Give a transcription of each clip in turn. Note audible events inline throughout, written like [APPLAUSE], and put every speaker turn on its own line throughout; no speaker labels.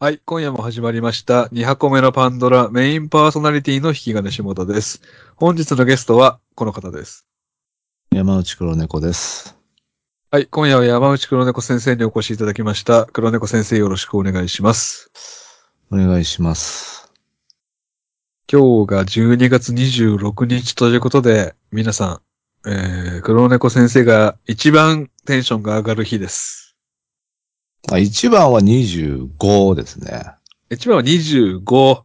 はい、今夜も始まりました。2箱目のパンドラメインパーソナリティの引き金下田です。本日のゲストはこの方です。
山内黒猫です。
はい、今夜は山内黒猫先生にお越しいただきました。黒猫先生よろしくお願いします。
お願いします。
今日が12月26日ということで、皆さん、えー、黒猫先生が一番テンションが上がる日です。
まあ、一番は25ですね。
一番は25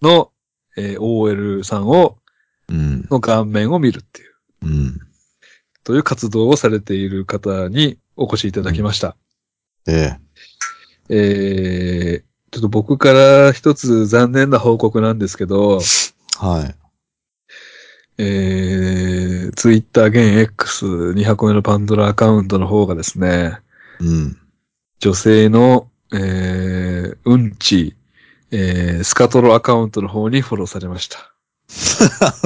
の、
うん、
えー、OL さんを、
うん、
の顔面を見るっていう、
うん。
という活動をされている方にお越しいただきました。
うん、え
ええー、ちょっと僕から一つ残念な報告なんですけど、
はい。
えー、Twitter 現 X2 箱目のパンドラアカウントの方がですね、
うん、 [LAUGHS]
女性の、えー、うんち、えー、スカトロアカウントの方にフォローされました。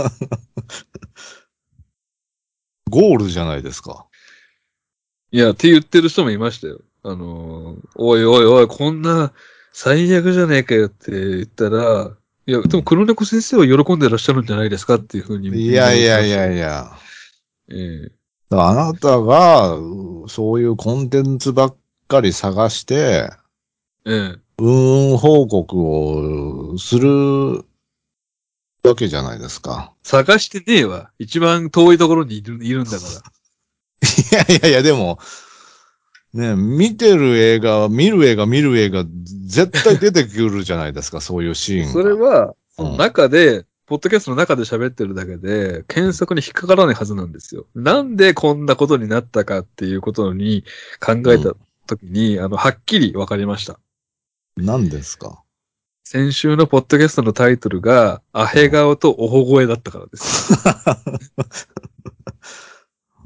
ゴールじゃないですか。
いや、って言ってる人もいましたよ。あのー、おいおいおい、こんな最悪じゃねえかよって言ったら、いや、でも黒猫先生は喜んでらっしゃるんじゃないですかっていうふうに。
いやいやいやいや。
えー
あなたが、そういうコンテンツばっかり探して、
ええ、
運報告をするわけじゃないですか。。
探してねえわ。一番遠いところにいるいるんだから
[LAUGHS] いやいやいや、でも、ね、見てる映画、見る映画、見る映画、絶対出てくるじゃないですか、そういうシーン
それは、その中で、うんポッドキャストの中で喋ってるだけで、検索に引っかからないはずなんですよ。なんでこんなことになったかっていうことに考えたときに、うん、あの、はっきり分かりました。
何ですか
先週のポッドキャストのタイトルが、アヘ顔とオホ声だったからです。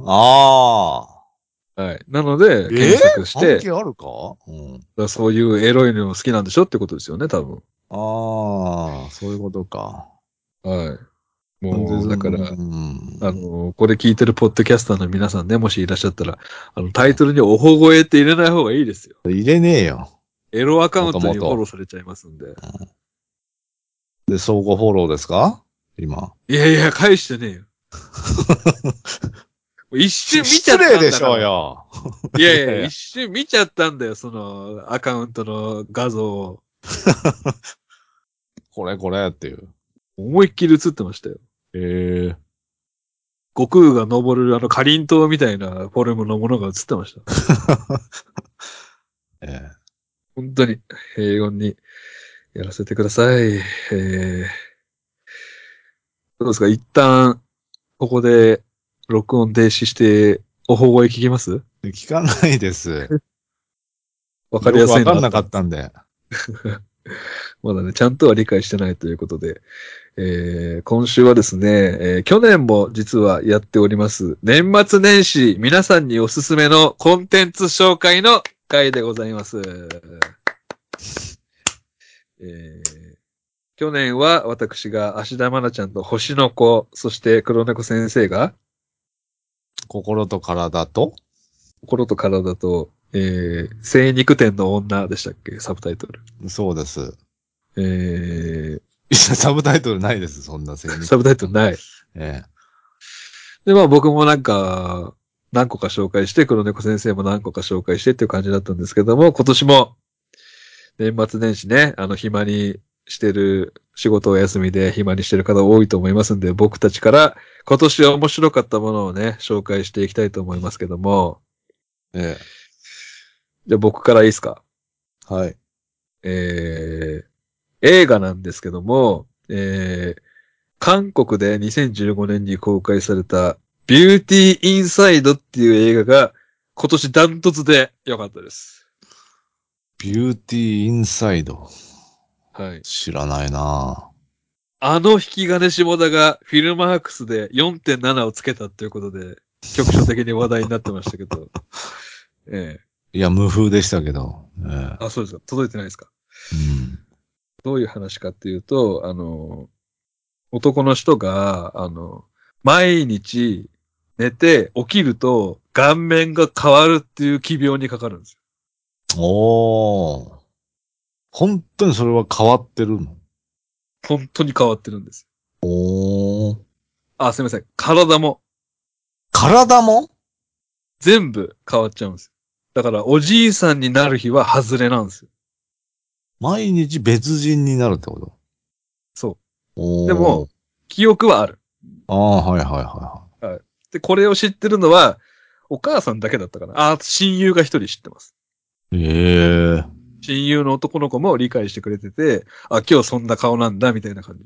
あ
あ。はい。なので、検索して。
えー、あるか,、うん、
かそういうエロいの好きなんでしょってことですよね、多分。
ああ、そういうことか。
はい。もう、だから、うん、あの、これ聞いてるポッドキャスターの皆さんね、もしいらっしゃったら、あの、タイトルにおほ声って入れない方がいいですよ。
入れねえよ。
エロアカウントにフォローされちゃいますんで。
で、相互フォローですか今。
いやいや、返してねえよ。一瞬見ちゃったんだ
失礼でしょうよ。
いやいや、一瞬見ちゃったんだよ、その、アカウントの画像を。
これこれっていう。
思いっきり映ってましたよ。
ええー。
悟空が登るあのかりんとうみたいなフォルムのものが映ってました。
えー、
本当に平穏にやらせてください。えー、どうですか一旦、ここで録音停止して、おほ声聞きます
聞かないです。
わかりやすい
な。わかんなかったんで。
まだね、ちゃんとは理解してないということで、えー、今週はですね、えー、去年も実はやっております、年末年始皆さんにおすすめのコンテンツ紹介の回でございます。えー、去年は私が芦田愛菜ちゃんと星の子、そして黒猫先生が、
心と体と
心と体と、えー、精肉店の女でしたっけサブタイトル。
そうです。
えー、
[LAUGHS] サブタイトルないです、そんな精肉
店。サブタイトルない。
ええ
ー、で、まあ僕もなんか、何個か紹介して、黒猫先生も何個か紹介してっていう感じだったんですけども、今年も、年末年始ね、あの、暇にしてる、仕事お休みで暇にしてる方多いと思いますんで、僕たちから今年は面白かったものをね、紹介していきたいと思いますけども。
ええー
じゃあ僕からいいですか
はい。
えー、映画なんですけども、えー、韓国で2015年に公開された、ビューティーインサイドっていう映画が、今年ダントツで良かったです。
ビューティーインサイド。
はい。
知らないな
あの引き金下田がフィルマークスで4.7をつけたということで、局所的に話題になってましたけど。ええー
いや、無風でしたけど。え
ー、あ、そうですか。届いてないですか。
うん、
どういう話かっていうと、あの、男の人が、あの、毎日寝て起きると顔面が変わるっていう奇病にかかるんです
よ。おー。本当にそれは変わってるの
本当に変わってるんです。
おー。
あ、すいません。体も
体も
全部変わっちゃうんですよ。だから、おじいさんになる日は外れなんですよ。
毎日別人になるってこと
そう。
おー
でも、記憶はある。
ああ、はいはいはいは
で、これを知ってるのは、お母さんだけだったかな。あ、親友が一人知ってます。
い。ええ
親友の男の子も理解してくれてて、あ、今日そんな顔なんだ、みたいな感じ。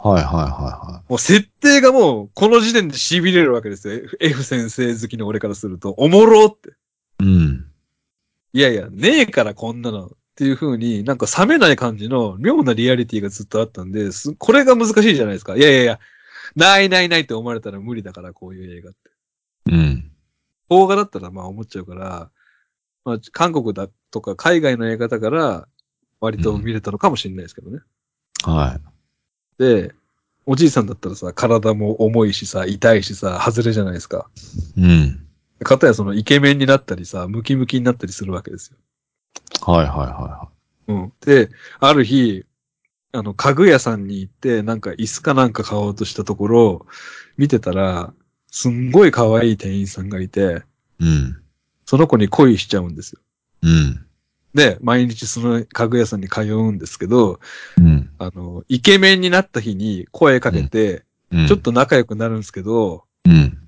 はいはいはいは
もう設定がもう、この時点で痺れるわけですよ。F- F 先生好きの俺からすると、おもろって。
い。うん。
いやいや、ねえからこんなの。っていう風に、なんか冷めない感じの妙なリアリティがずっとあったんで、すこれが難しいじゃないですか。いやいやいや、ないないないって思われたら無理だから、こういう映画って。
うん。
邦画だったらまあ思っちゃうから、まあ韓国だとか海外の映画だから、割と見れたのかもしれないですけどね。
は
で、おじいさんだったらさ、体も重いしさ、痛いしさ、外れじゃないですか。
い。うん。
かたやそのイケメンになったりさ、ムキムキになったりするわけですよ。
はいはいはいは
うん。で、ある日、あの、家具屋さんに行って、なんか椅子かなんか買おうとしたところ、見てたら、すんごい可愛い店員さんがいて、
い。うん。
その子に恋しちゃうんですよ。
うん。
で、毎日その家具屋さんに通うんですけど、
うん。
あの、イケメンになった日に声かけて、
うん
ちょっ。と仲良くなるんですけど、
うん。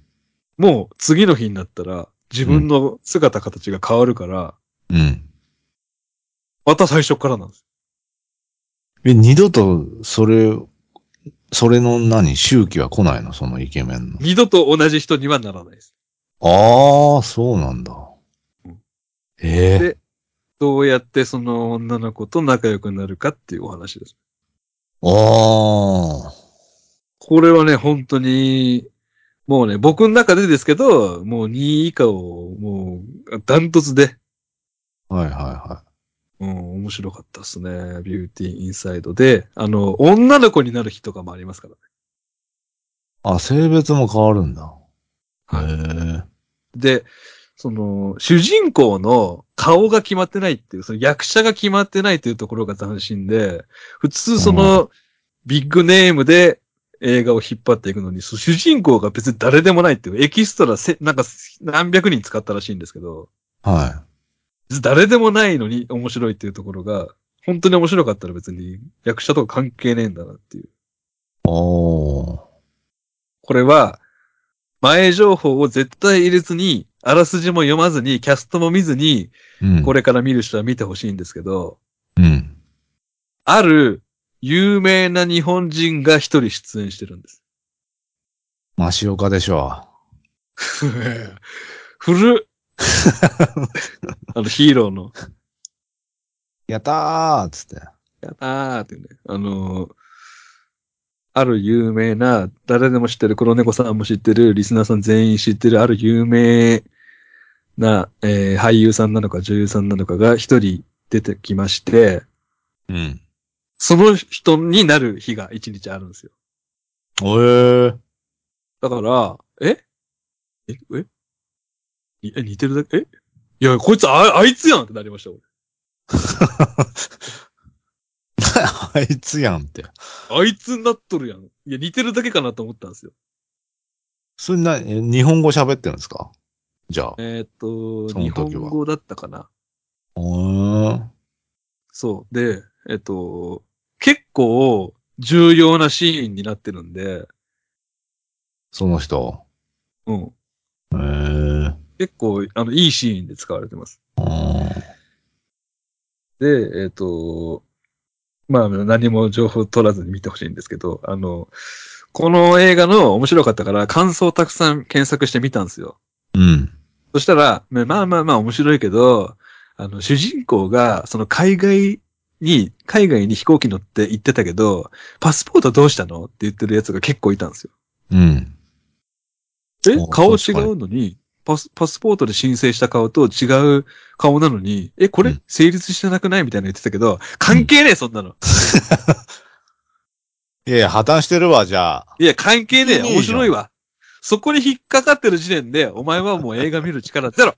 もう次の日になったら、自分の姿形が変わるから、
うん。
また最初からなんです。
え、二度と、それ、それの何、周期は来ないのそのイケメンの。
二度と同じ人にはならないです。
ああ、そうなんだ
うん。
ええ
でどうやってその女の子と仲良くなるかっていうお話です。
ああ。
これはね、本当に、もうね、僕の中でですけど、もう2位以下を、もう、ダントツで、
はいはいは
うん、面白かったっすね。ビューティーインサイドで、あの、女の子になる日とかもありますから。
い。あ、性別も変わるんだ。へ
はい
え。
で、その、主人公の顔が決まってないっていう、その役者が決まってないというところが斬新で、普通その、ビッグネームで映画を引っ張っていくのに、そ主人公が別に誰でもないっていう、エキストラせ、なんか何百人使ったらしいんですけど、
は
誰でもないのに面白いっていうところが、本当に面白かったら別に役者とか関係ねえんだなっていう。
い。おー。
これは、前情報を絶対入れずに、あらすじも読まずに、キャストも見ずに、
うん。
こ
れ。
れから見る人は見てほしいんですけど、
うん。
ある有名な日本人が一人出演してるんです。
マオカでしょ
古っ [LAUGHS] あのヒーローの、
う。やったーっつって。
やったーっていうね、あのーある有名な、誰でも知ってる、黒猫さんも知ってる、リスナーさん全員知ってる、ある有名な、えー俳優さんなのか女優さんなのかが一人出てきまして、
うん。
その人になる日が一日あるんですよ。
えー。
だから、えええにえ似てるだけえいや、こいつあ、あいつやんってなりました、俺
[LAUGHS] あいつやんって。
あいつになっとるやん。いや、似てるだけかなと思ったんですよ。
それな、え日本語喋ってるんですかじゃあ。
えーっと、
そ
日
の
本
時は
語だったかな。
うーん。
そう。で、えっと、結構重要なシーンになってるんで、
その人。
うん。
えー。
結構、あの、いいシーンで使われてます。
あ
で、えっ、と、まあ何も情報取らずに見てほしいんですけど、あの、この映画の面白かったから感想をたくさん検索してみたんですよ。
ーうん。
そしたら、まあまあまあまあ面白いけど、あの、主人公がその海外に、海外に飛行機乗って行ってたけど、パスポートどうしたのって言ってるやつが結構いたんですよ。
うん。
え
あ
顔
確
違
かに
うのに、パス、パスポートで申請した顔と違う顔なのに、え、こ
う
れ
ん
成立してなくないみたいなの言ってたけど、関係ねえ、そんなの。
いやいや、破綻してるわ、じゃあ。
いや、関係ねえ。
いいじゃん
面白いわ。そこに引っかかってる時点で、お前はもう映画見る力ゼロ。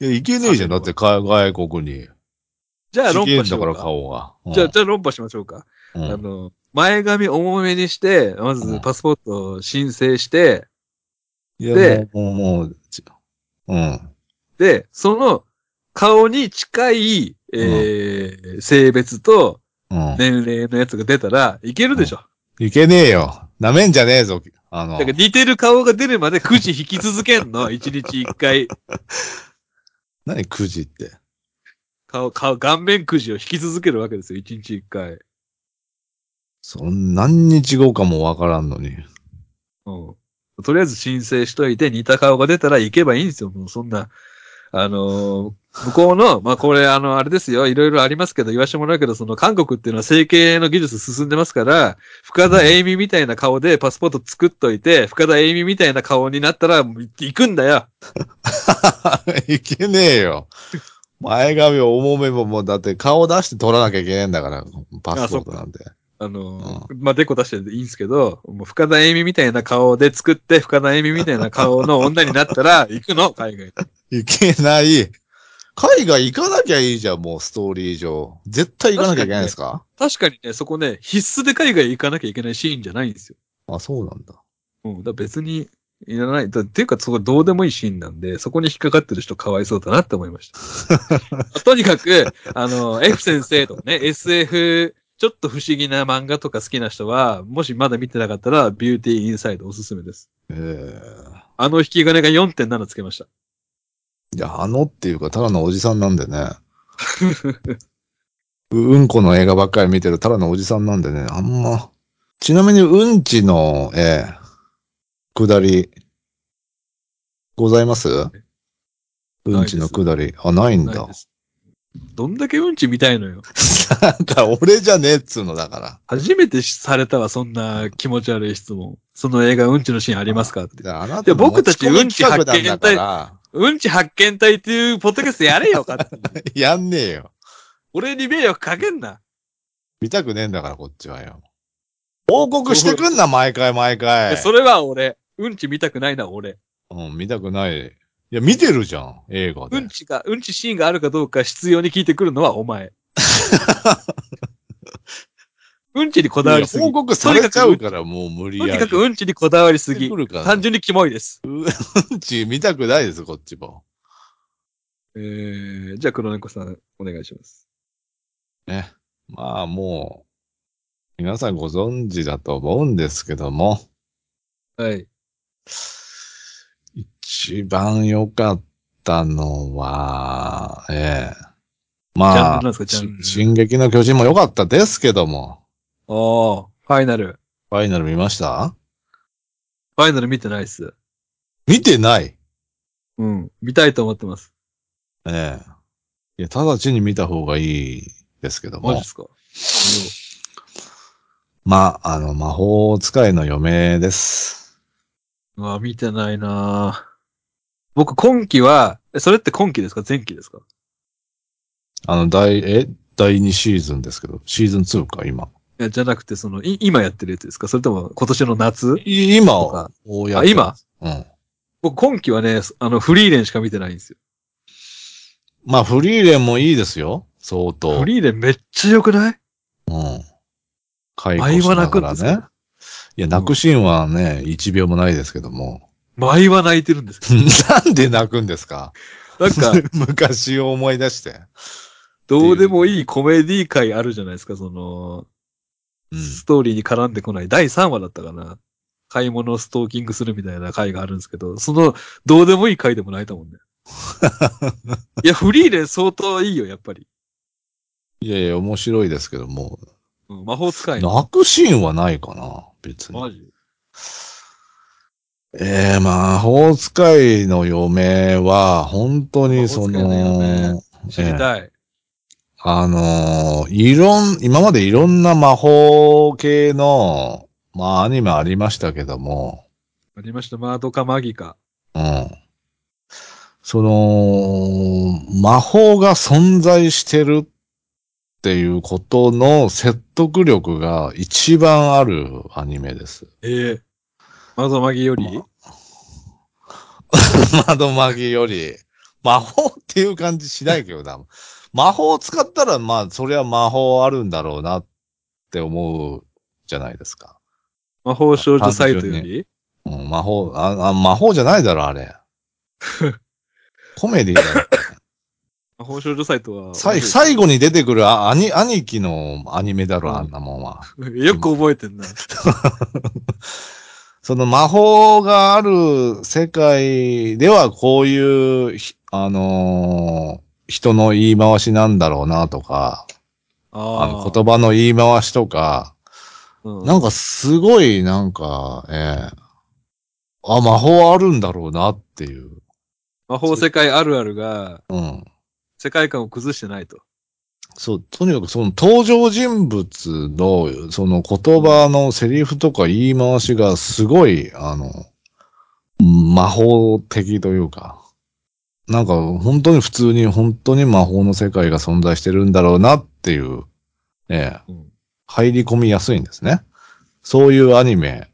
いや、行けねえじゃん。だって、か外国に。
じゃあ論
ちげえ
破
ん
し
だ
よ
から
う
買
か。
おうが。うん
じゃあ、じゃあ論破しましょうか。
うん
あの、前髪重めにして、ま
う
ず
ん
パスポートを申請して、
いや
で
もう、もう、もうちうん。
で、その顔に近い、えー性別と
うん。
年齢のやつが出たらいけるでしょ。
いけねえよ。なめんじゃねえぞ。あの
だか、ら似てる顔が出るまでくじ引き続けんの。一日一回。
何くじって。
顔、顔、顔面くじを引き続けるわけですよ。一日一回。
そん、何日後かもわからんのに。
うん。とりあえず申請しといて、似た顔が出たら行けばいいんですよ。もうそんな、あのー向こうの、まあ、これ、あの、あれですよ。いろいろありますけど、言わしてもらうけど、その、韓国っていうのは整形の技術進んでますから、深田栄美みたいな顔でパスポート作っといて、深田栄美みたいな顔になったら、もう行くんだよ。
[LAUGHS] いけねえよ。前髪重めももうだって顔出して取らなきゃいけねえんだから、パスポートなんて。
あのー、まあ、デコ出していいんですけど、もう深田栄美みたいな顔で作って、深田栄美みたいな顔の女になったら、行くの、海外。
いけない。海外行かなきゃいいじゃん、もうストーリー上。絶対行かなきゃいけないんですか
確かにね、そこね、必須で海外行かなきゃいけないシーンじゃないんですよ。
あ、そうなんだ。
うん、だから別にいらない。だっていうか、そこどうでもいいシーンなんで、そこに引っかかってる人かわいそうだなって思いました。
[LAUGHS]
とにかく、あの、F 先生とかね、SF、ちょっと不思議な漫画とか好きな人は、もしまだ見てなかったら、ビューティーインサイドおすすめです。
ええ
あの引き金が4.7つけました。
いや、あのっていうか、ただのおじさんなんでね。ううんこの映画ばっかり見てるただのおじさんなんでね、あんま。ちなみに、うんちの、ええくだり、ございますうんちのくだり。あ、ないん
ない
だ
で。すどんだけうんち見たいのよ。
なんか、俺じゃねえっつうのだから。
初めてされたわ、そんな気持ち悪い質問。その映画うんちのシーンありますかって
い。やあなた
で
の
僕たち
持込み企画
うんち
なん
発見隊
だか
うんち発見隊っていうポッドキャストやれよか
[LAUGHS]
って。
ら、 [LAUGHS] やんねえよ。
俺に迷惑かけんな。
見たくねえんだから、こっちはよ。報告してくんな、毎回毎
いや
回。
それは俺。うんち見たくないな、俺。
うん、見たくない。いや、見てるじゃん、映画で。
うんちが、うんちシーンがあるかどうか必要に聞いてくるのはお
[LAUGHS]
前。うんちにこ
こ
だわりすぎ。
報告されちゃうから、もう無理
と
や
に
り。
かくうんちにこだわりすぎ
来。るから
単純にキモいです。
うんち見たくないです、こっちも。
えー、じゃあ黒猫さん、お願いします。
まあ、もう、皆さんご存知だと思うんですけども、
はい。
一番良かったのは、ええ
ジャン
まあ
ルなんですか、ジャンル
し進撃の巨人も良かったですけども、
おー、ファイナル。
ファイナル見ました
ファイナル見てないっす。
見てない。
うん。見たいと思ってます。
ええいや、直ちに見た方がいいですけど
マジ
も
っ。すか。
まあ、あの、魔法使いの嫁です。
うわ、見てないなぁ僕、今期は、えそれって今期ですか前期ですか
あの、第、え、第2シーズンですけど、シーズン2か、今。
いや、じゃなくて、その、い、今やってるやつですかそれとも、今年の夏
い今
とか
を
あ、今
うん。
僕、今期はね、あの、フリーレンしか見てないんですよ。
まあ、フリーレンもいいですよ。相当。
フリーレンめっちゃ良くない
うん。解雇
舞
しなが
は泣くん
ら
です
ね
か。
いや、泣くシーンはね、1秒もないですけども。 [LAUGHS]
舞は泣いてるんですけ
なんで泣くんですか
ど。なんか、
[LAUGHS] 昔を思い出して。
どうでもいいコメディ回あるじゃないですか、その、
うん。
ストーリーに絡んでこない。第3話だったかな。買い物をストーキングするみたいな回があるんですけど、その、どうでもいい回でも泣いたもん
[LAUGHS]
ね。いや、フリーレン相当いいよ、やっぱり。
いやいや、面白いですけども。
うん、魔法使いの。
泣くシーンはないかな、別に。
マジ
ええ魔法使いの嫁は、本当にそ
魔法使いの
の
嫁、知りたい。
あのーいろん、今までいろんな魔法系の、まあアニメありましたけども、
ありました、マードかマギか。
うん。その、魔法が存在してるっていうことの説得力が一番あるアニメです。
ええマードマギより、
[LAUGHS] 窓マギより、魔法っていう感じしないけどな。魔法を使ったら、まあ、そりゃ魔法あるんだろうなって思うじゃないですか。
魔法少女サイトより
うん、魔法、あ、あ魔法じゃないだろ、あれ。コメディだろ。
魔法少女サイトは。
さい
サイ
最後に出てくるあ兄、兄貴のアニメだろ、あんなもんは。
よく覚えてんな。
その魔法がある世界ではこういうひ、あのー人の言い回しなんだろうなとか、 [LAUGHS] あ
あ
の言葉の言い回しとか、
葉
なんかすごいなんか、ええあ、魔法あるんだろうなっていう。
魔法世界あるあるが、
うん。
世界観を崩してないと。
そう、とにかくその登場人物の、その言葉のセリフとか言い回しがすごい、あの、魔法的というか、なんか本当に普通に、本当に魔法の世界が存在してるんだろうなっていう、ええ、
うん
入り込みやすいんですね。そういうアニメ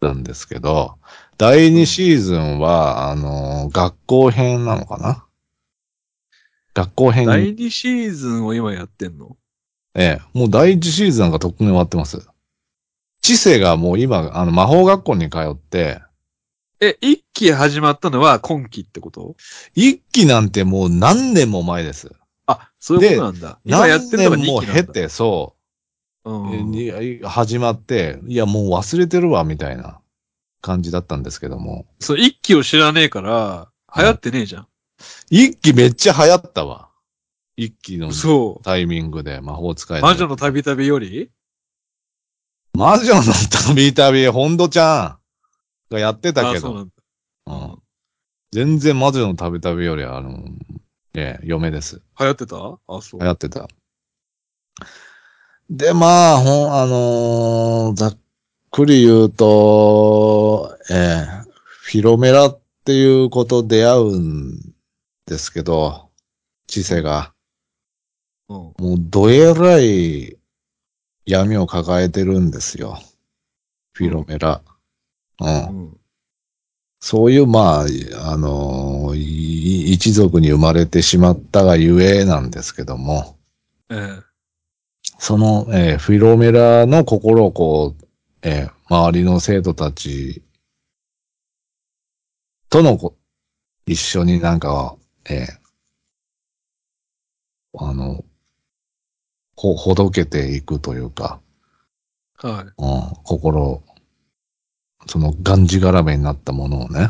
なんですけど、第2シーズンは、あの、学校編なのかな学校編に
第2シーズンを今やってんの
ええ、もう第一シーズンなんかとっくに終わってます。知性がもう今、あの、魔法学校に通って、
え、一期始まったのは今期ってこと
一期なんてもう何年も前です。
あ、そういうことなんだ。今やってるのが
何
2
年
期な
も
んだ。
経て、そうう、
ん。
に始まって、いや、もう忘れてるわ、みたいな感じだったんですけども。
そう、一期を知らねえから、流行ってねえじゃん。
一期めっちゃ流行ったわ。一期の
そ
タイミングで魔法使
う。
い
魔女の旅旅より
魔女の旅旅、ホンドちゃんがやってた
あ、
け
そ
ど
う。なんだ。
うん全然魔女の旅々より、あの、ええ、嫁です。
流行ってたあ、そう
流。行ってた。で、まあ、ほん、あのーざっくり言うと、ええフィロメラっていう子と出会うんですけど、知性が、
うん。
もうどえらい闇を抱えてるんですよ。フィロメラ。うん
うん。
そういう、まあ、あのー、い一族に生まれてしまったがゆえなんですけども、
ええ。
その、えーフィロメラの心をこう、えー周りの生徒たちとのこ一緒になんか、えーあの、ほ、ほどけていくというか、
はい。
うん、心、そのがんじがらめになったものをね、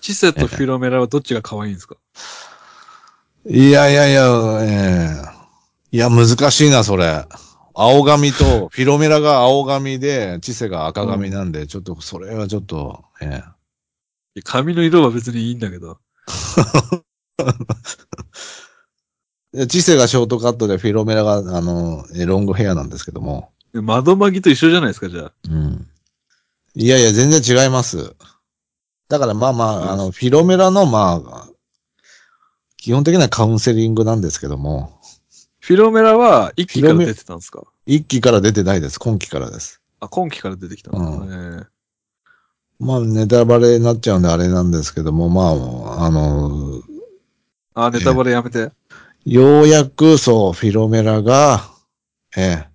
チセとフィロメラはどっちが可愛いんですか
いやいやいや、ええいや、難しいな、それ。青髪と、フィロメラが青髪で、知性が赤髪なんで、ちょっと、それはちょっと、ええ
いや髪の色は別にいいんだけど。
いや知性がショートカットで、フィロメラが、あの、えロングヘアなんですけども。
で窓マギと一緒じゃないですか、じゃあ。
うん。いやいや、全然違います。だから、まあまあ、あの、フィロメラの、まあ、基本的なカウンセリングなんですけども、
フィロメラは一期から出てたんですか
一期から出てないです。今期からです。
あ、今期から出てきたんですかね。
まあ、ネタバレになっちゃうんであれなんですけども、まあ、あの、
あ、ネタバレやめて。
ようやく、そう、フィロメラが、ええ、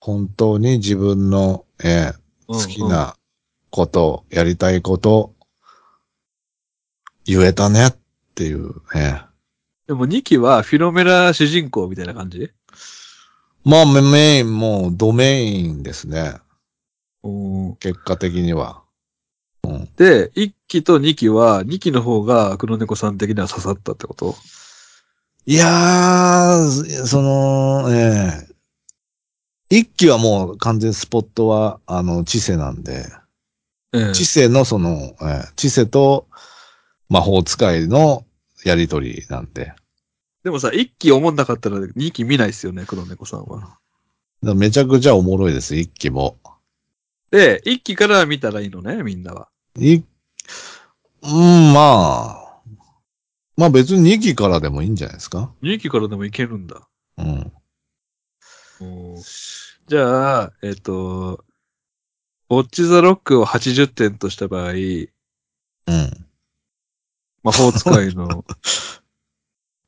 本当に自分の、ええ、
うん
好き。なこと、やりたいこと、言えたねっていう、ええ。
うんでも2期はフィロメラ主人公みたいな感じ
まあ、メメイン、もうドメインですね。
うん
結果的には。
で、1期と2期は、2期の方が黒猫さん的には刺さったってこと
いやー、その、ええ一期はもう完全スポットは、あの、知性なんで、
ええ
知性のその、えー知性と魔法使いのやりとりなんで、だか
でもさ、1期思んなかったら2期見ないですよね、黒猫さんは。
らめちゃくちゃおもろいです、一期も。
で、1期から見たらいいのね、みんなは。
い、うん、まあ、まあ別に二期からでもいいんじゃないですか。
2期からでもいけるんだ。
うん。
うんじゃあ、えっ、と、ウォッチ・ザ・ロックを80点とした場合、
うん。
魔法使い
[LAUGHS]
の、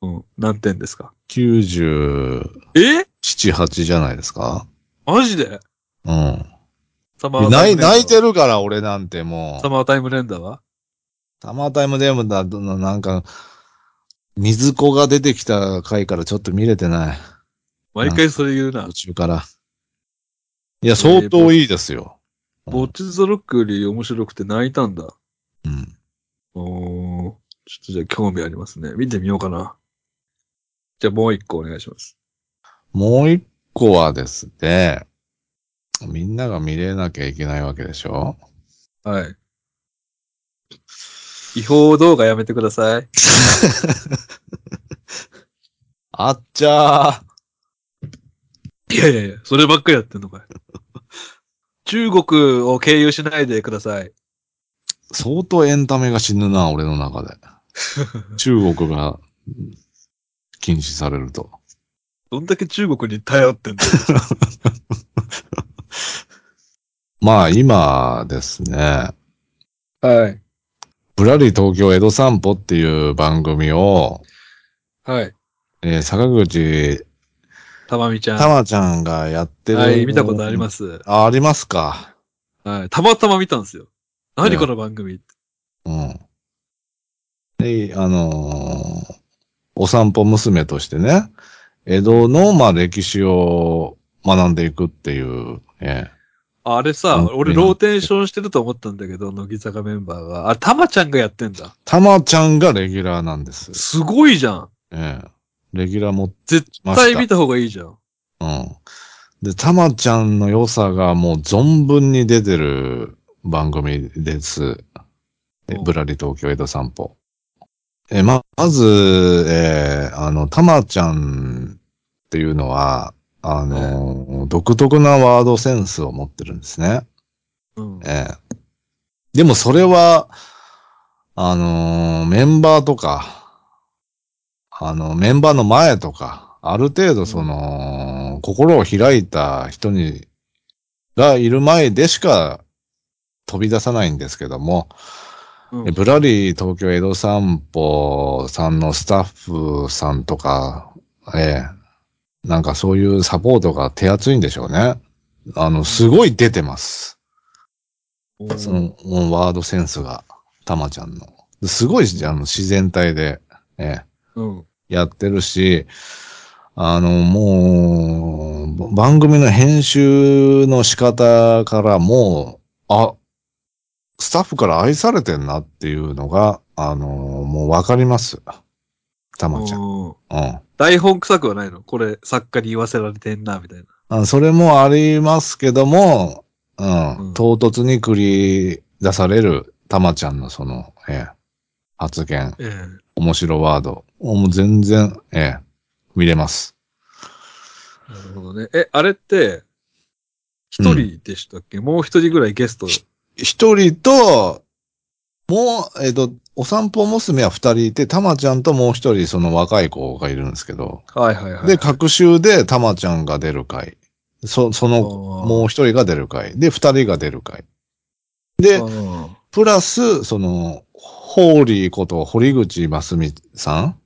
うん、何点ですか
97、
え
8じゃないですか
マジで
うん。
サマータイ
泣い、
ムレンダーは
泣いてるから、俺なんても
サ
う。
マータイムレンダーは
たまタイムデムだ、どのなんか、水子が出てきた回からちょっと見れてない。
毎回それ言うな
途。中から。いや、相当いいですよ。
ボッチザロックより面白くて泣いたんだ。
うん。
おーちょっとじゃあ興味ありますね。見てみようかな。じゃあもう一個お願いします。
もう一個はですね、みんなが見れなきゃいけないわけでしょ
はい。違法動画やめてください。
あっちゃー。
いやいやいや、そればっかりやってんのか [LAUGHS] い。中国を経由しないでください。
相当エンタメが死ぬな、俺の中で。中国が禁止されると。
どんだけ中国に頼ってんだよ。
まあ今ですね、
はい。
ぶらり東京江戸散歩っていう番組を、
はい。
えー坂口
たまみちゃん。
たまちゃんがやってる。
はい、見たことあり
す。
ます。
あ、ありますか。
はい。たまたま見たんですよ。
い
何
や
この番組って。
うん。で、あのーお散歩娘としてね、江戸の、まあ、歴史を学んでいくっていう、えー
あれ
う
さ
ん、
俺ローテーションしてると思ったんだけど、乃木坂メンバーが。あ、たまちゃんがやってんだ。
たまちゃんがレギュラーなんです。
すごいじゃん。
ええレギュラー持って
絶
ました。
対見た方がいいじゃん。
うん。で、たまちゃんの良さがもう存分に出てる番組です。え
お
ぶらり東京江戸散歩。え、ま、まず、えーあの、たまちゃんっていうのは、あの、独特なワードセンスを持ってるんですね。
うん。
ええでもそれは、あのーメンバーとか、あの、メンバーの前とか、ある程度その、心を開いた人に、がいる前でしか飛び出さないんですけども、
うん
えぶらり東京江戸散歩さんのスタッフさんとか、ええ、なんかそういうサポートが手厚いんでしょうね。あの、すごい出てます。その、うんワードセンスが、たまちゃんの。すごいし、あの、自然体で、ね、
うん。
やってるし、あの、もう、ば番組の編集の仕方からもう、あ、スタッフから愛されてんなっていうのが、あの、もうわかります。たまちゃん。
うん
うん。
台本臭くはないのこれ、作家に言わせられてんな、みたいな。
あそれもありますけども、うん、
うん
唐突に繰り出される、たまちゃんのその、ええ、発言、
え
面白ワード、もう全然、ええ、見れます。
え。なるほどね。え、あれって、一人でしたっけ、もう一人ぐらいゲスト。
一人と、もう、えっ、と、お散歩娘は二人いて、たまちゃんともう一人その若い子がいるんですけど、
はいはいはい。
で、各週でたまちゃんが出る回、そその、も
も
う一人が出る回、で、二人が出る回。
う
で、
ん、
プラス、その、ホーリーこと堀口真澄さん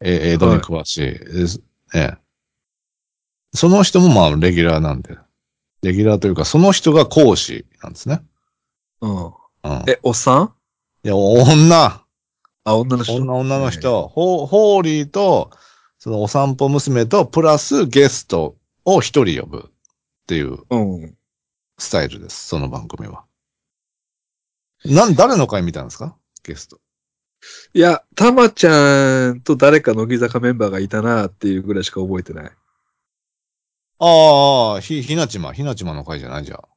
え、江戸に詳しい。ですええ。その人もまあ、レギュラーなんで。レギュラーというか、その人が講師なんですね。
うん。
うん。い
え、おっさん
や、女
あ、女の人。
女女の人、ホホーリーと、そのお散歩娘と、プラスゲストを一人呼ぶっていう
うん。
スタイルです、その番組は。なん、誰の回見たんですかゲスト。
いや、たまちゃんと誰か乃木坂メンバーがいたなっていうぐらいしか覚えてない。
ああ、ひ、ひなちま、ひなちまの回じゃないじゃん。 [LAUGHS]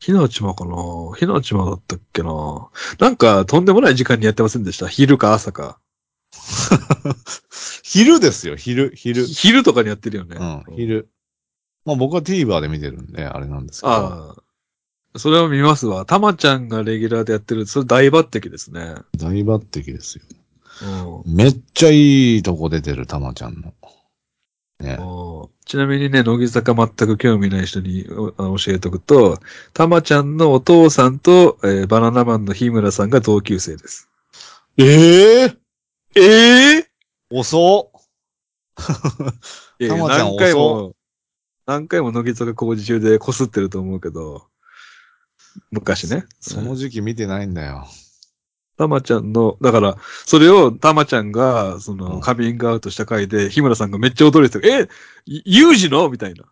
ひなちまかなひなちまだったっけななんか、とんでもない時間にやってませんでした。昼か朝か。
昼ですよ、昼、昼。
昼とかにやってるよね。
うん、昼。まあ僕は TVer で見てるんで、あれなんですけど。
ああ。それを見ますわ。たまちゃんがレギュラーでやってる、それ大抜擢ですね。
大抜擢ですよ。
うん
めっちゃいいとこ出てる、たまちゃんの。ね。
うんちなみにね、乃木坂全く興味ない人におあの教えとくと、たまちゃんのお父さんと、えーバナナマンの日村さんが同級生です。
ええ
ええ
遅っ
いやいや
たまちゃん
何回
遅
も、何回も乃木坂工事中でこすってると思うけど、昔ね。
その時期見てないんだよ。
たまちゃんの、だから、それをたまちゃんが、そうの、
ん
カミングアウトした回で、日村さんがめっちゃ驚いてた。え、ゆゆうじのみたい
[LAUGHS]
な。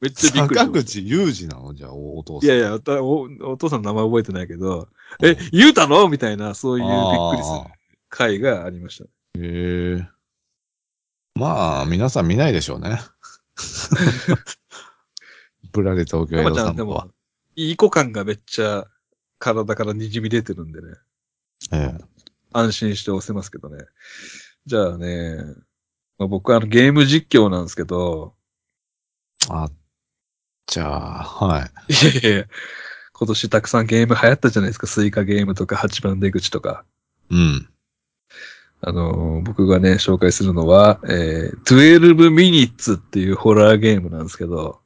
めっちゃびっくりし
坂
まし
口裕二なのじゃあ、おお父
た。
さ
い
ん。
やいや、たおお父さんの名前覚えてないけど、え、ゆうたのみたいな、そういうびっくりする回がありました。
りする。へえ。まあ、皆さん見ないでしょ
[LAUGHS]
うね。ぶらり東京
た
へ
ま
の
ちゃん
散
で
歩は
も。、いい子感がめっちゃ体から滲み出てるんでね。
え
安心して押せますけどね。じゃあね、まあ、僕はあのゲーム実況なんですけど、
えあ、じゃあ、はい。
いやいや今年たくさんゲーム流行ったじゃないですか。スイカゲームとか8番出口とか。
うん。
あのー僕がね、紹介するのは、えー、12 Minutes っていうホラーゲームなんですけど、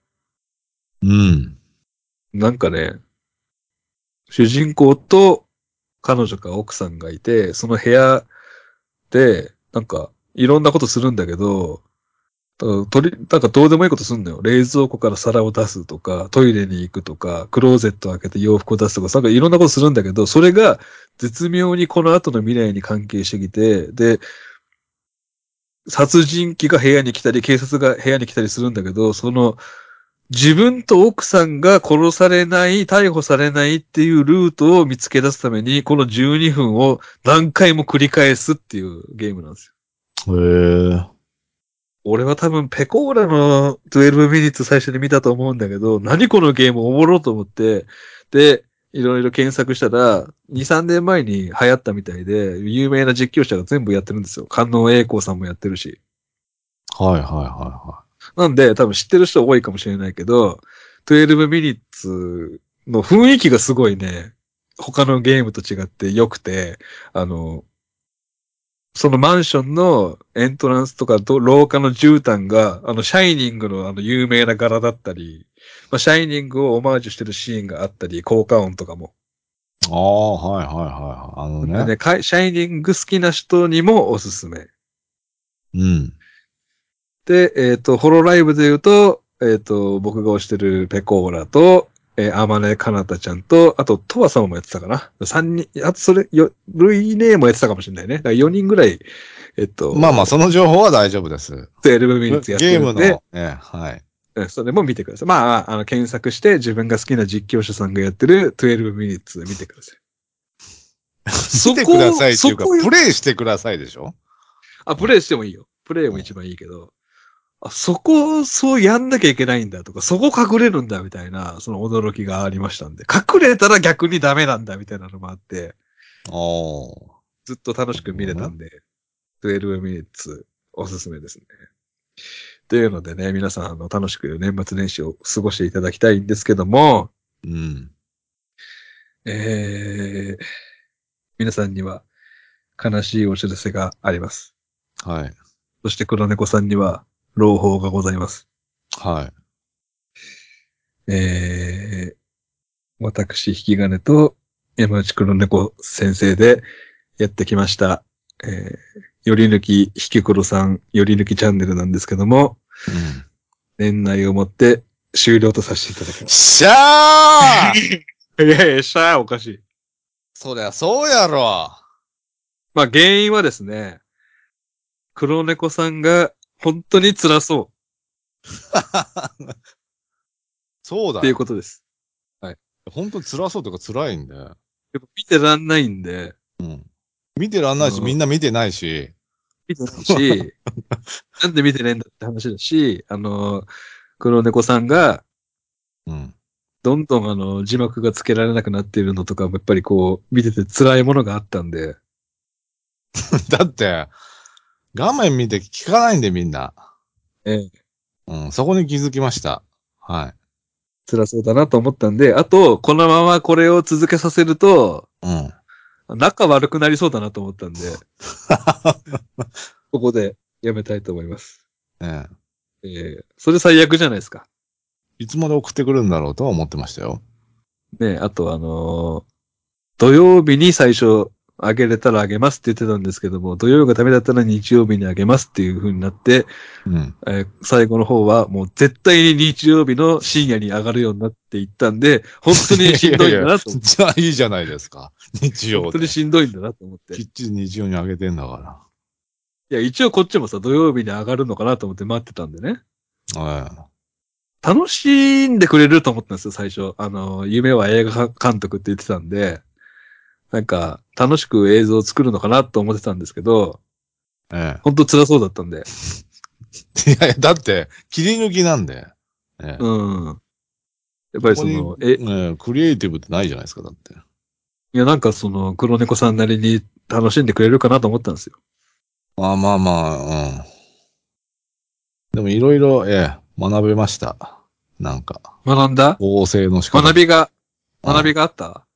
うん。
なんかね、主人公と彼女か奥さんがいて、その部屋で、なんか、いろんなことするんだけど、だからとり、なんかどうでもいいことすんのよ。冷蔵庫から皿を出すとか、トイレに行くとか、クローゼットを開けて洋服を出すとか、なんかいろんなことするんだけど、それが絶妙にこの後の未来に関係してきて、で、殺人鬼が部屋に来たり、警察が部屋に来たりするんだけど、その、自分と奥さんが殺されない、逮捕されないっていうルートを見つけ出すために、この12分を何回も繰り返すっていうゲームなんですよ。
へえ。
俺は多分ペコーラの12ミニッツ最初に見たと思うんだけど、何このゲームおもろと思って、で、いろいろ検索したら、2、3年前に流行ったみたいで、有名な実況者が全部やってるんですよ。観音栄光さんもやってるし。
はいはいはいは
なんで、多分知ってる人多いかもしれないけど、12ミニッツの雰囲気がすごいね、他のゲームと違って良くて、あの、そのマンションのエントランスとかど廊下の絨毯が、あの、シャイニングのあの、有名な柄だったり、まあ、シャイニングをオマージュしてるシーンがあったり、効果音とかも。
い。ああ、はいはいはい。あのね。
でね、かいシャイニング好きな人にもおすすめ。
うん。
で、えっ、と、ホロライブで言うと、えっ、と、僕が推してるペコーラと、えー、アマネカナタちゃんと、あと、トワ様もやってたかな。三人、あと、それ、よ、ルイネーもやってたかもしれないね。だから4人ぐらい、えっ、と、
まあまあ、その情報は大丈夫です。
12ミ
ゲ
ニッツやって
ー
る
ム
ん
の、
で、
ええ、はい。
うんそれも見てください。まあ、あの、検索して、自分が好きな実況者さんがやってる12ミニッツ見てください。そ
[LAUGHS] 見てくださいっていうか、
そこよ
プレイしてくださいでしょ
あ、プレイしてもいいよ。プレイも一番いいけど、あ、そこをそうやんなきゃいけないんだとか、そこ隠れるんだみたいな、その驚きがありましたんで、隠れたら逆にダメなんだみたいなのもあって、
おー
ずっと楽しく見れたんで、12 minutes おすすめですね。というのでね、皆さん、あの、楽しく年末年始を過ごしていただきたいんですけども、
うん。
えー、皆さんには悲しいお知らせがあります。
はい。
そして黒猫さんには朗報がございます。
はい。
えー、私、引き金と山内黒猫先生でやってきました。えー、より抜き引き黒さん、より抜きチャンネルなんですけども、
うん
[LAUGHS] 年内をもって終了とさせていただきます。
しゃ
[LAUGHS]
ー
いやいや、しゃーおかしい。
そりゃそうやろ
まあ原因はですね、黒猫さんが本当に辛そ
[LAUGHS] そう
う
だ
っていう
よ。
ことです。
本当に辛そうとか辛いんだよ。
やっぱ見てらんないんで、
うん。見てらんないし、
うん
みんな見てないし。
見てないし、なんで見てねえんだって話だし、あの黒猫さんが、
うん。 [LAUGHS]
どんどんあの、字幕がつけられなくなっているのとかも、やっぱりこう、見てて辛いものがあったんで、
だって、画面見て聞かないんでみんな。
ええ
うん、そこに気づきました。は
辛そうだなと思ったんで、あと、このままこれを続けさせると、
い。うん。 [LAUGHS]
仲悪くなりそうだなと思ったんで、ここでやめたいと思います。
ええ
えーそれ最悪じゃないですか。
いつまで送ってくるんだろうとは思ってましたよ。
ねあとあのー土曜日に最初、あげれたらあげますって言ってたんですけども、土曜がダメだったら日曜日にあげますっていう風になって、
うん。
えー最後の方はもう絶対に日曜日の深夜に上がるようになっていったんで、本当にしん
[LAUGHS]
どいんだなと思って。
じゃあいいじゃないですか。日曜
本当にしんどいんだなと思って。
き
い
っちり日曜にあげてんだから。
や、一応こっちもさ、土曜日に上がるのかなと思って待ってたんでね。
は
楽しんでくれると思ったんですよ、最初。あの、夢は映画監督って言ってたんで、なんか、楽しく映像を作るのかなと思ってたんですけど、
い。え
本当辛そうだったんで。
え。 [LAUGHS] いやいや、だって、切り抜きなんで。ええ
うん。やっぱりその
ここ、に
え、
ええクリエイティブってないじゃないですか、だって。
いやなんかその、黒猫さんなりに楽しんでくれるかなと思ったんですよ。
まあまあまあ、うん。でもいろいろ、ええ、学べました。なんか、
学んだ
合成の仕方。
学びが、
うん
学びがあった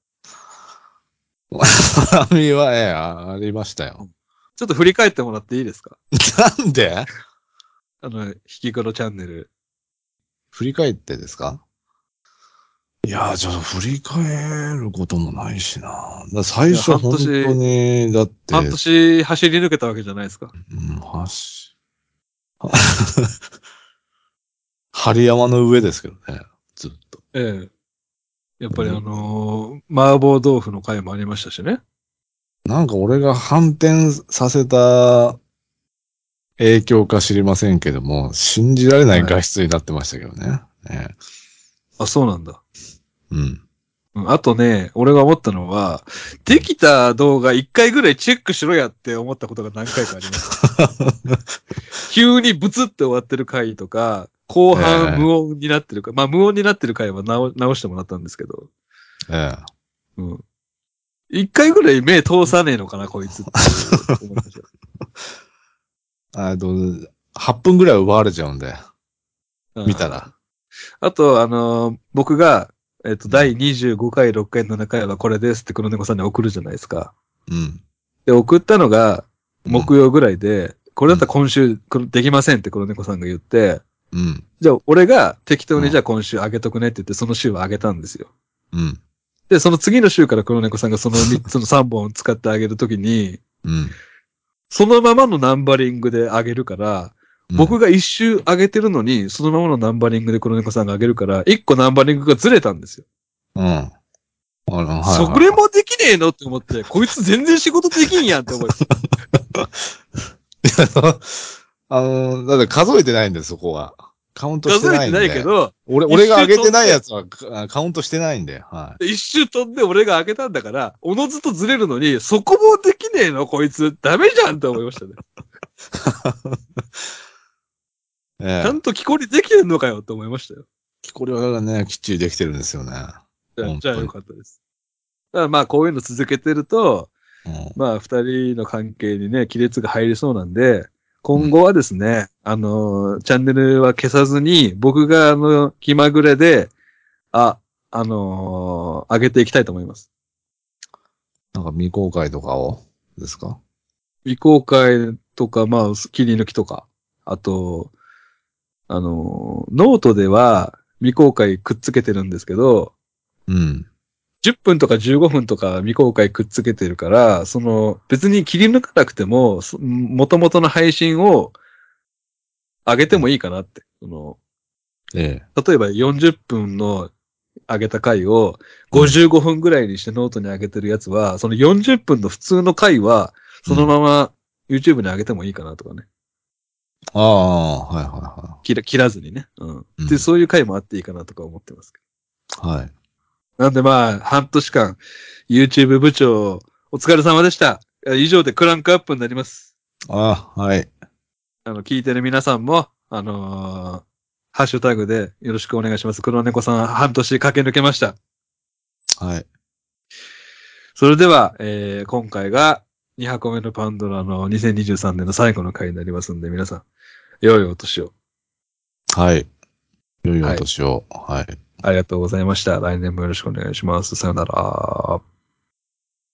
学びは、ええ、あありましたよ。 [LAUGHS]
ちょっと振り返ってもらっていいですか
なんで
あの、ひき黒チャンネル。
振り返ってですかいやー、ちょっと振り返ることもないしな。だから最初
いや半
本
年
当に、だって、
半年走り抜けたわけじゃないですか。
うん、はし、 [LAUGHS] 針山の上ですけどね、ずっと。
ええ。やっぱりあのー麻婆豆腐の回もありましたしね。
なんか俺が反転させた影響か知りませんけども、信じられない画質になってましたけどね。ね
あ、そうなんだ。
うん。
うん、あとね、俺が思ったのは、できた動画一回ぐらいチェックしろやって思ったことが何回かありま
[LAUGHS]
した。急にブツって終わってる回とか、後
ええ
半無音になってるか、まあ無音になってる回は直直してもらったんですけど、
え
うん。一回ぐらい目通さねえのかな、こいつって
[LAUGHS]
思いました。
え。あと、8分ぐらい奪われちゃうんで、
うん
見たら。
あと、あのー僕が、えっ、と、第25回、6回、7回はこれですって黒猫さんに送るじゃないですか。
うん。
で、送ったのが、木曜ぐらいで、これだったら今週これできませんって黒猫さんが言って、
うん。
じゃあ俺が適当
う
に
ん
じゃあ今週あげとくねって言って、その週はあげたんですよ。
うん。
で、その次の週から黒猫さんがその3
[LAUGHS]
つの3本を使ってあげるときに、
うん。
そのままのナンバリングであげるから、僕
が、
が1周あげてるのに、そのままのナンバリングで黒猫さんがあげるから、1個ナンバリングがずれたんですよ。
うん。あの、はい、はい。
それもできねえのって思って、こいつ全然仕事できんやんって思いました。
[LAUGHS] あの、だって数えてないんで、そこは。カウントして
数え
ない
て
んで。
ないけど、
俺、俺が上げてないやつはかカウントしてないんで、は
一周飛んで俺が開けたんだから、おのずとずれるのに、そこもできねえのこいつ、ダメじゃんって思いましたね。
い。
ち
ええ
ゃんと木こりできてんのかよって思いましたよ。
これはね、きっちりできてるんですよね。
じゃあ
本
じ
当
ゃ
に
あよかったです。だからまあこういうの続けてると、
うん
まあ二人の関係にね、亀裂が入りそうなんで、今後はですね、あのー、チャンネルは消さずに、僕があの、気まぐれで、あ、あのー上げていきたいと思います。
なんか未公開とかを、ですか
未公開とか、まあ、切り抜きとか。あと、あの、ノートでは未公開くっつけてるんですけど、
うん。
10分とか15分とか未公開くっつけてるから、その、別に切り抜かなくても、そ元々の配信を上げてもいいかなって。その、
ええ。
例えば40分の上げた回を55分ぐらいにしてノートに上げてるやつは、その40分の普通の回は、そのまま YouTube に上げてもいいかなとかね。
ああ、はいは
切ら切らずにね。うん。
うん
で、そういう回もあっていいかなとか思ってますけ
いはい。はい。
ど。なんでまあ、半年間、YouTube 部長、お疲れ様でした。え以上でクランクアップになります。
ああ、はい。
あの、聞いてる皆さんも、あのーハッシュタグでよろしくお願いします。黒猫さん、半年駆け抜けました。
はい。
それでは、えー今回が2箱目のパンドラの2023年の最後の回になりますんで、皆さん、良いお年を。
はい。良いお年を。はい
ありがとうございました。来年もよろしくお願いします。さよなら。